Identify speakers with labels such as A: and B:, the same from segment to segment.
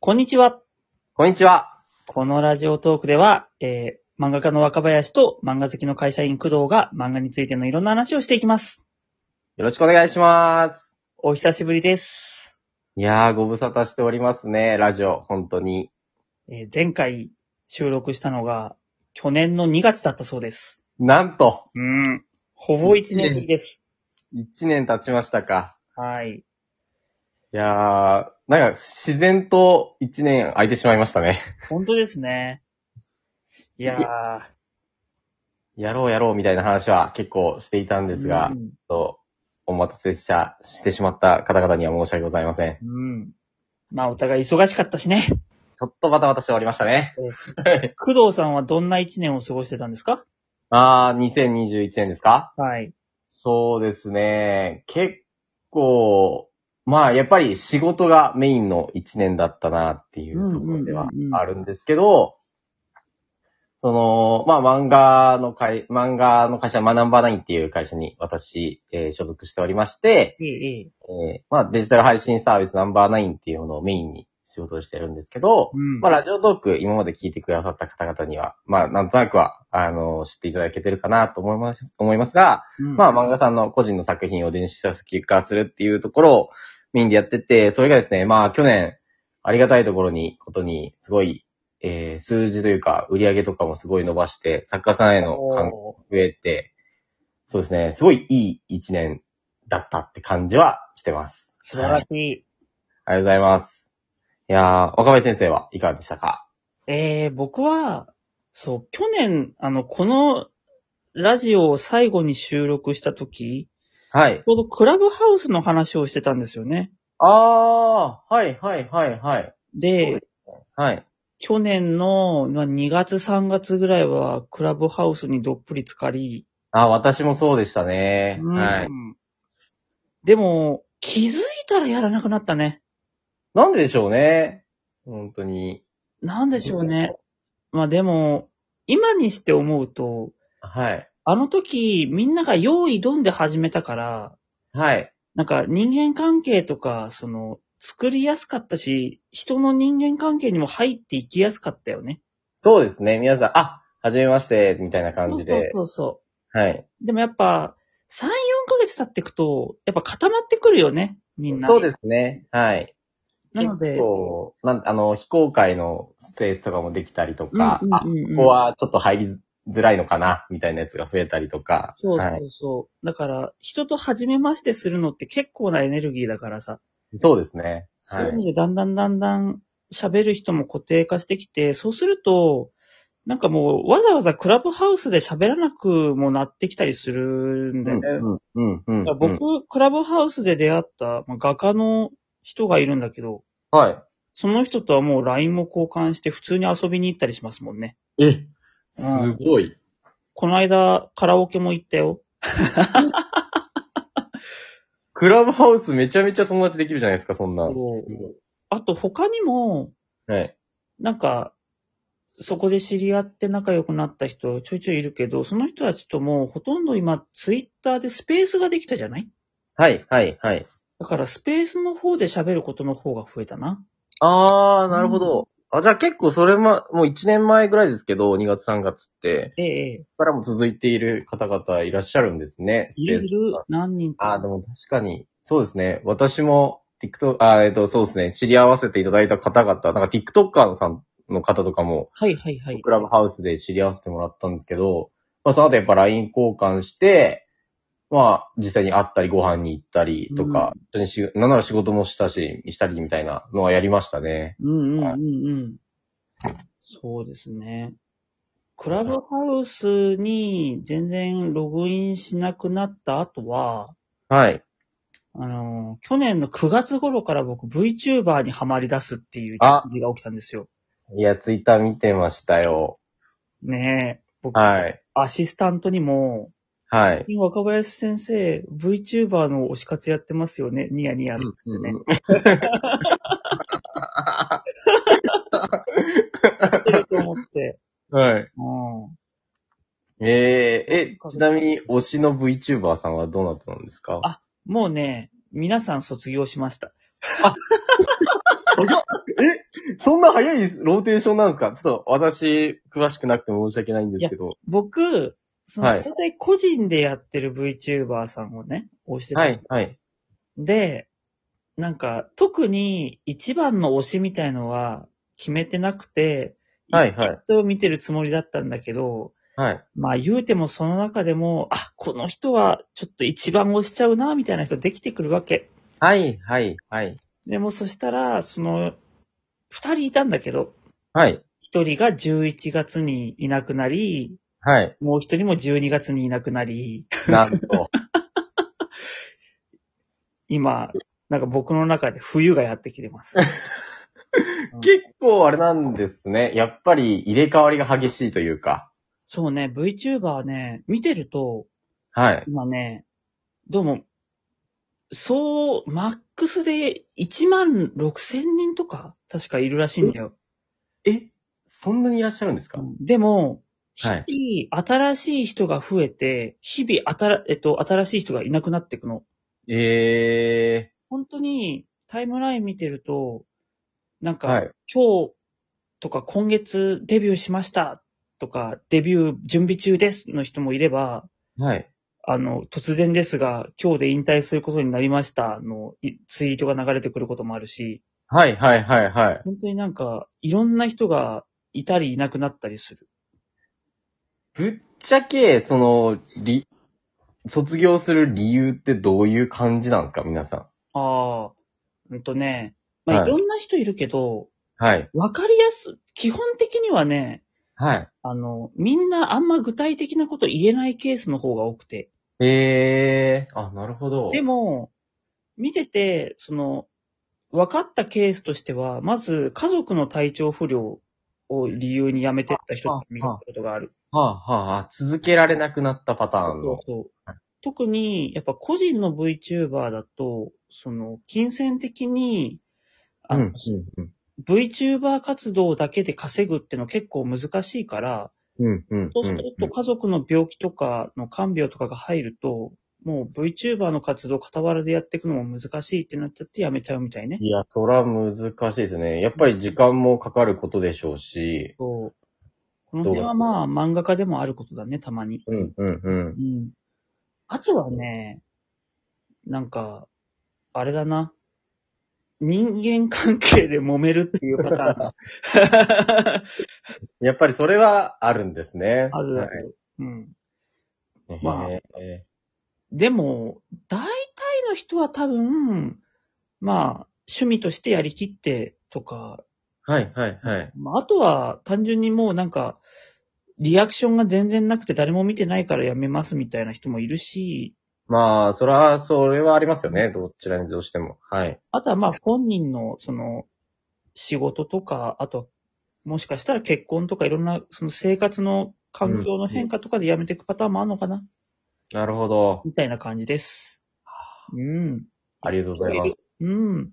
A: こんにちは。
B: こんにちは。
A: このラジオトークでは、えー、漫画家の若林と漫画好きの会社員工藤が漫画についてのいろんな話をしていきます。
B: よろしくお願いします。
A: お久しぶりです。
B: いやー、ご無沙汰しておりますね、ラジオ、本当に。
A: えー前回収録したのが去年の2月だったそうです。
B: なんと、
A: うん。ほぼ1年ぶりです。
B: 1年経ちましたか。
A: はい。
B: いやー、なんか、自然と1年空いてしまいましたね。
A: 本当ですね。いやー。
B: やろうやろうみたいな話は結構していたんですが、
A: う
B: ち
A: ん
B: ょっとお待たせした、してしまった方々には申し訳ございません。
A: うん。まあ、お互い忙しかったしね。
B: ちょっとバタバタしておりましたね。
A: 工藤さんはどんな1年を過ごしてたんですか
B: あー、2021年ですか
A: はい。
B: そうですね。結構、まあやっぱり仕事がメインの一年だったなっていうところでは
A: うんうんうんうん
B: あるんですけど、その、まあ漫画の会、漫画の会社、学ばないっていう会社に私、えー所属しておりまして、
A: ええ、ええ。
B: えーまあデジタル配信サービスナンバーナインっていうものをメインに仕事をしてるんですけど、
A: うん
B: まあラジオトーク今まで聞いてくださった方々には、まあなんとなくは、あの、知っていただけてるかなと思います、思いますが、
A: うん
B: まあ、漫画さんの個人の作品を電子書籍化するっていうところをメインでやってて、それがですね、まあ、去年、ありがたいところに、ことに、すごい、えー、数字というか、売り上げとかもすごい伸ばして、作家さんへの感覚
A: おー
B: 増えて、そうですね、すごいいい一年だったって感じはしてます。
A: 素晴らしい。
B: ありがとうございます。いやー、若林先生はいかがでしたか
A: えー、僕は、そう、去年、あの、このラジオを最後に収録した時、
B: はい
A: ち。ょうどクラブハウスの話をしてたんですよね。
B: あー、はいはいはいはい。
A: で、
B: はい。
A: 去年のまあ2月3月ぐらいはクラブハウスにどっぷり浸かり、
B: あー、私もそうでしたね。
A: うん
B: はい。
A: でも、気づいたらやらなくなったね。
B: なんででしょうね。本当に。
A: なんでしょうね。まあでも、今にして思うと、
B: はい。
A: あの時、みんなが用意どんで始めたから、
B: はい。
A: なんか人間関係とか、その、作りやすかったし、人の人間関係にも入っていきやすかったよね。
B: そうですね。皆さん、あ、はじめまして、みたいな
A: そ
B: 感
A: う
B: じ
A: そう
B: で。
A: そうそ
B: はい。
A: う。でもやっぱ、3、4ヶ月経っていくと、やっぱ固まってくるよね、みんな。。
B: そうですすね。はい。
A: なので、
B: 結構なん、あの、非公開のスペースとかもできたりと
A: うん
B: か、あ、
A: うん
B: こ
A: うんうん
B: こはちょっと入りづらいのかな、みたいなやつが増えたりとか。
A: そうそ
B: はいう
A: そう。だから、人と初めましてするのって結構なエネルギーだからさ。
B: そうですね。
A: そう
B: は
A: いうの
B: い。
A: で、だんだんだんだん喋る人も固定化してきて、そうすると、なんかもうわざわざクラブハウスで喋らなくもなってきたりするん
B: う
A: だよ
B: ん、
A: ね。
B: うん、うん、うん。
A: だから僕、クラブハウスで出会った、まあ、画家の人がいるんだけど、
B: は
A: その人とはもう LINE も交換して普通に遊びに行ったりしますもんね。
B: い。え、すごい。
A: この間、カラオケも行ったよ。
B: クラブハウスめちゃめちゃ友達できるじゃないですか、そんな。
A: そう
B: すごい
A: あと他にも、
B: はい。
A: なんか、そこで知り合って仲良くなった人ちょいちょいいるけど、その人たちともほとんど今ツイッターでスペースができたじゃない
B: はい、はい、はい。
A: だからスペースの方で喋ることの方が増えたな。
B: あー、なるほど。あ、じゃあ結構それも、もう1年前ぐらいですけど、2月3月って、
A: ええ、
B: ここからも続いている方々いらっしゃるんですね。ス
A: い
B: ペ
A: る
B: ース
A: いる何人
B: あー、
A: か
B: で。も確かに、そうですね。私も、TikTok、あー、えっと、そうですね。知り合わせていただいた方々、なんか TikToker さんの方とかも、
A: はいはいはい。
B: クラブハウスで知り合わせてもらったんですけど、まあその後やっぱ LINE 交換して、まあ実際に会ったりご飯に行ったりとか、本当にし、なんなら仕事もしたし、したりみたいなのはやりましたね。
A: うんうんうんうん。そうですね。クラブハウスに全然ログインしなくなった後は、
B: はい。
A: あの、去年の9月頃から僕 VTuber にハマり出すっていう
B: あ
A: 事が起きたんですよ。
B: いや、ツイッター見てましたよ。
A: ねえ、僕、
B: はい。
A: アシスタントにも、
B: はい。
A: 最近若林先生、VTuber の推し活やってますよね、ニヤニヤのつって ね。やってると思って。
B: はい。
A: うん。
B: えー、え、ちなみに推しの VTuber さんはどうなったんですか
A: あもうね、皆さん卒業しました。
B: そんな早いローテーションなんですかちょっと私、詳しくなくて申し訳ないんですけど。
A: 僕、そ
B: は
A: の、
B: い
A: それで個人でやってる VTuber さんをね、推してた。
B: はい、はい。
A: で、なんか、特に一番の推しみたいのは決めてなくて、
B: はい、はい。
A: 人を見てるつもりだったんだけど、
B: はい。
A: まあ言うてもその中でも、あ、この人はちょっと一番推しちゃうな、みたいな人できてくるわけ。
B: はい、はい、はい。
A: でもそしたら、その、二人いたんだけど、
B: はい。
A: 一人が11月にいなくなり、
B: はい。
A: もう一人も12月にいなくなり、
B: なんと。
A: 今、なんか僕の中で冬がやってきてます。
B: 結構あれなんですね。やっぱり入れ替わりが激しいというか。
A: そうね、VTuber ね、見てると、
B: はい。
A: 今ね、どうも、そう、マックスで1万6千人とか、確かいるらしいんだよ。
B: えそんなにいらっしゃるんですか
A: でも、日
B: は
A: 々、新しい人が増えて、日々あたら、えっと、新しい人がいなくなっていくの。
B: え
A: 本当に、タイムライン見てると、なん
B: ー。
A: か、
B: はい。
A: 今日とか今月デビューしましたとか、デビュー準備中ですの人もいれば、
B: はい。
A: あの、突然ですが、今日で引退することになりましたのいツイートが流れてくることもあるし、
B: はい、はい、はい、はい。
A: 本当になんか、いろんな人がいたりいなくなったりする。
B: ぶっちゃけ、その、り、卒業する理由ってどういう感じなんですか皆さ
A: ああ、うんとね、まあ、
B: はい
A: いろんな人いるけど、
B: ん。はい。
A: わ、かりやす、基本的にはね、
B: はい。
A: あの、みんなあんま具体的なこと言えないケースの方が多くて。
B: えー。あ、なるほど。
A: でも、見てて、その、分かったケースとしては、まず家族の体調不良を理由に辞めてった人って見たことがある。
B: はあ、はあ、続けられなくなったパターン
A: そう
B: の。
A: そう特に、やっぱ個人の VTuber だと、その、金銭的に、あの、
B: うん、
A: VTuber 活動だけで稼ぐっての結構難しいから、
B: うん、うん。
A: そうすると家族の病気とかの看病とかが入ると、もう VTuber の活動傍らでやっていくのも難しいってなっちゃってやめちゃうみたいね。
B: いや、そら難しいですね。やっぱり時間もかかることでしょうし。
A: そう。この辺は
B: どう
A: まあ漫画家でもあることだね、たまに。
B: うん、うん、うん
A: う。ん。あとはね、なんか、あれだな。人間関係で揉めるっていう パターン。
B: やっぱりそれはあるんですね。
A: ある、
B: は
A: うん。
B: い。
A: まあ
B: え
A: でも、大体の人は多分、まあ、趣味としてやりきってとか、
B: ーはい、はい、はい。
A: まあ、あとは単純にもうなんか、リアクションが全然なくて誰も見てないからやめますみたいな人もいるし、
B: まあ、そら、それはありますよね。どちらにどうしても。はい。
A: あとはまあ本人のその仕事とか、あとはもしかしたら結婚とかいろんなその生活の環境の変化とかでやめていくパターンもあるのかな、
B: なるほど。
A: みたいな感じです。うん。
B: ありがとうございます。い
A: うん。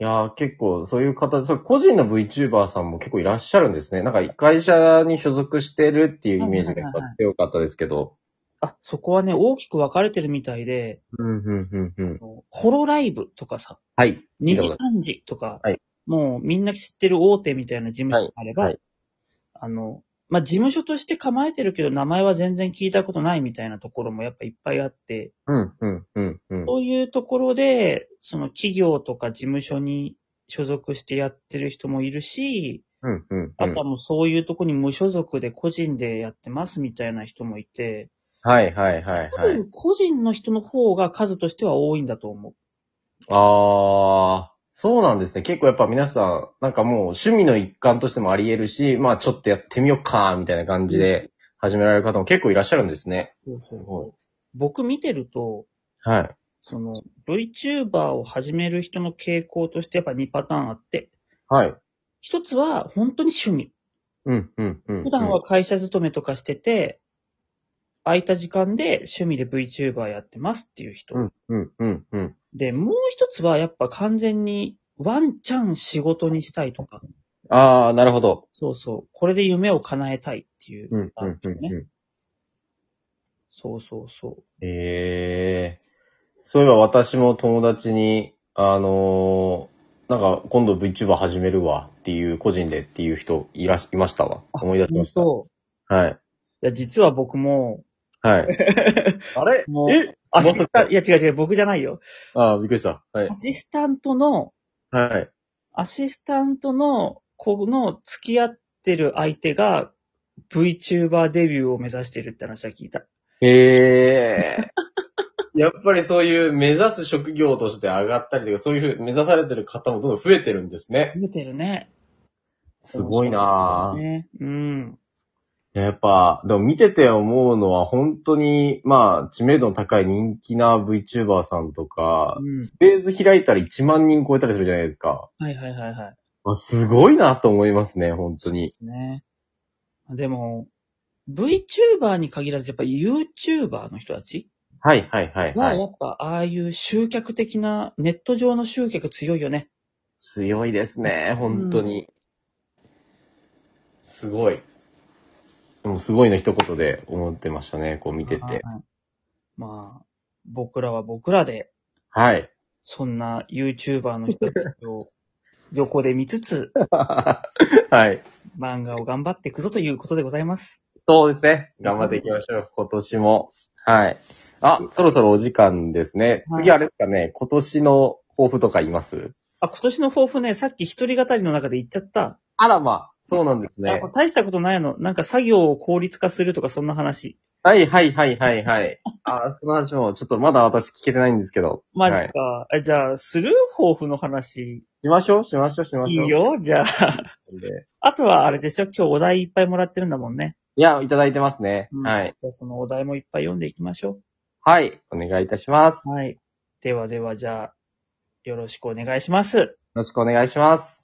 B: やー結構、そういう方、そう個人の VTuber さんも結構いらっしゃるんですね。なんか、会社に所属してるっていうイメージがやっぱ強かったですけど。
A: あ、そこはね、大きく分かれてるみたいで、
B: うん、うん、うん、うん。
A: ホロライブとかさ、
B: はい。
A: 2
B: い
A: 時
B: いとこ
A: 3時とか、
B: はい
A: もうみんな知ってる大手みたいな事務所があれば、
B: はいは
A: あの、まあ、事務所として構えてるけど、名前は全然聞いたことないみたいなところもやっぱいっぱいあって、
B: うん、うん、うん、うん。
A: そういうところで、その企業とか事務所に所属してやってる人もいるし、
B: うん、うん、う
A: あ
B: ん
A: と。はもうそういうとこに無所属で個人でやってますみたいな人もいて、
B: はい、はい、はい、
A: 多
B: はい。
A: 分個人の人の方が数としては多いんだと思う。
B: ああ、そうなんですね。結構やっぱ皆さん、なんかもう趣味の一環としてもあり得るし、まあちょっとやってみようか、みたいな感じで始められる方も結構いらっしゃるんですね。ご
A: 僕見てると、
B: はい。
A: その VTuber を始める人の傾向としてやっぱ2パターンあって、
B: はい。
A: 一つは本当に趣味。
B: うん、うん、うん。
A: 普段は会社勤めとかしてて、空いた時間で趣味で VTuber やってますっていう人。
B: うん、うん、うん、うん。
A: で、もう一つはやっぱ完全にワンチャン仕事にしたいとか、
B: ああ、なるほど。
A: そうそう、これで夢を叶えたいっていう。
B: うん、うん、うん、うん。
A: そうそうそう。
B: ええそういえば私も友達に、あのーなんか、今度 VTuber 始めるわっていう、個人でっていう人いらし、いましたわ。思い出しました。
A: そ
B: はい。
A: う。いや、実は僕 も、
B: はい。あれ
A: もう
B: え
A: ア
B: ま
A: シ
B: さ
A: ス
B: か
A: タンいや違う違う、僕じゃないよ。
B: ああ、びっくりした。は
A: ア。
B: い
A: シスタントの、
B: はい。
A: アシスタントの子の付き合ってる相手が VTuber デビューを目指してるって話は聞いた。
B: へえ。 やっぱりそういう目指す職業として上がったりとか、そういうふう目指されてる方もどんどん増えてるんですね。
A: 見てるね。
B: すごいなぁ。
A: ね。うん。
B: やっぱ、でも見てて思うのは本当に、まあ、知名度の高い人気な VTuber さんとか、
A: うん。
B: スペース開いたら1万人超えたりするじゃないですか。
A: はいはいはいはい。
B: あすごいなと思いますね、本当に。
A: ね。でも、VTuber に限らず、やっぱ YouTuber の人たち
B: はい、はい、はい、
A: は、
B: は
A: や
B: い。
A: っぱ、ああいう集客的な、ネット上の集客強いよね。
B: 強いですね、本当に。すごい。でもすごいの一言で思ってましたね、こう見て
A: はい
B: て。。
A: まあ、僕らは僕らで、
B: はい。
A: そんな YouTuber の人たちを横で見つつ、
B: はい。
A: 漫画を頑張っていくぞということでございます。
B: そうですね。頑張っていきましょう、今年も。はい。あ、そろそろお時間ですね。
A: はい
B: 次あれですかね、今年の抱負とか言います
A: あ、今年の抱負ね、さっき一人語りの中で言っちゃった。
B: あらま、そうなんですね
A: あ。大したことないの。なんか作業を効率化するとかそんな話。
B: はいはいはいはいはい。あ、その話もちょっとまだ私聞けてないんですけど。
A: マジ
B: はい
A: か。えじゃあ、する抱負の話。
B: しましょう、しましょう、しま
A: いい
B: しょう。
A: よ。じゃあ、
B: で
A: あとはあれでしょ今日お題いっぱいもらってるんだもんね。
B: いや、いただいてますね。
A: うん
B: はい。
A: じゃあそのお題もいっぱい読んでいきましょ
B: はい。お願いいたします。
A: う。
B: よ
A: はい。ではでは、じゃあ、よろしくお願いします。
B: ろしくお願いします。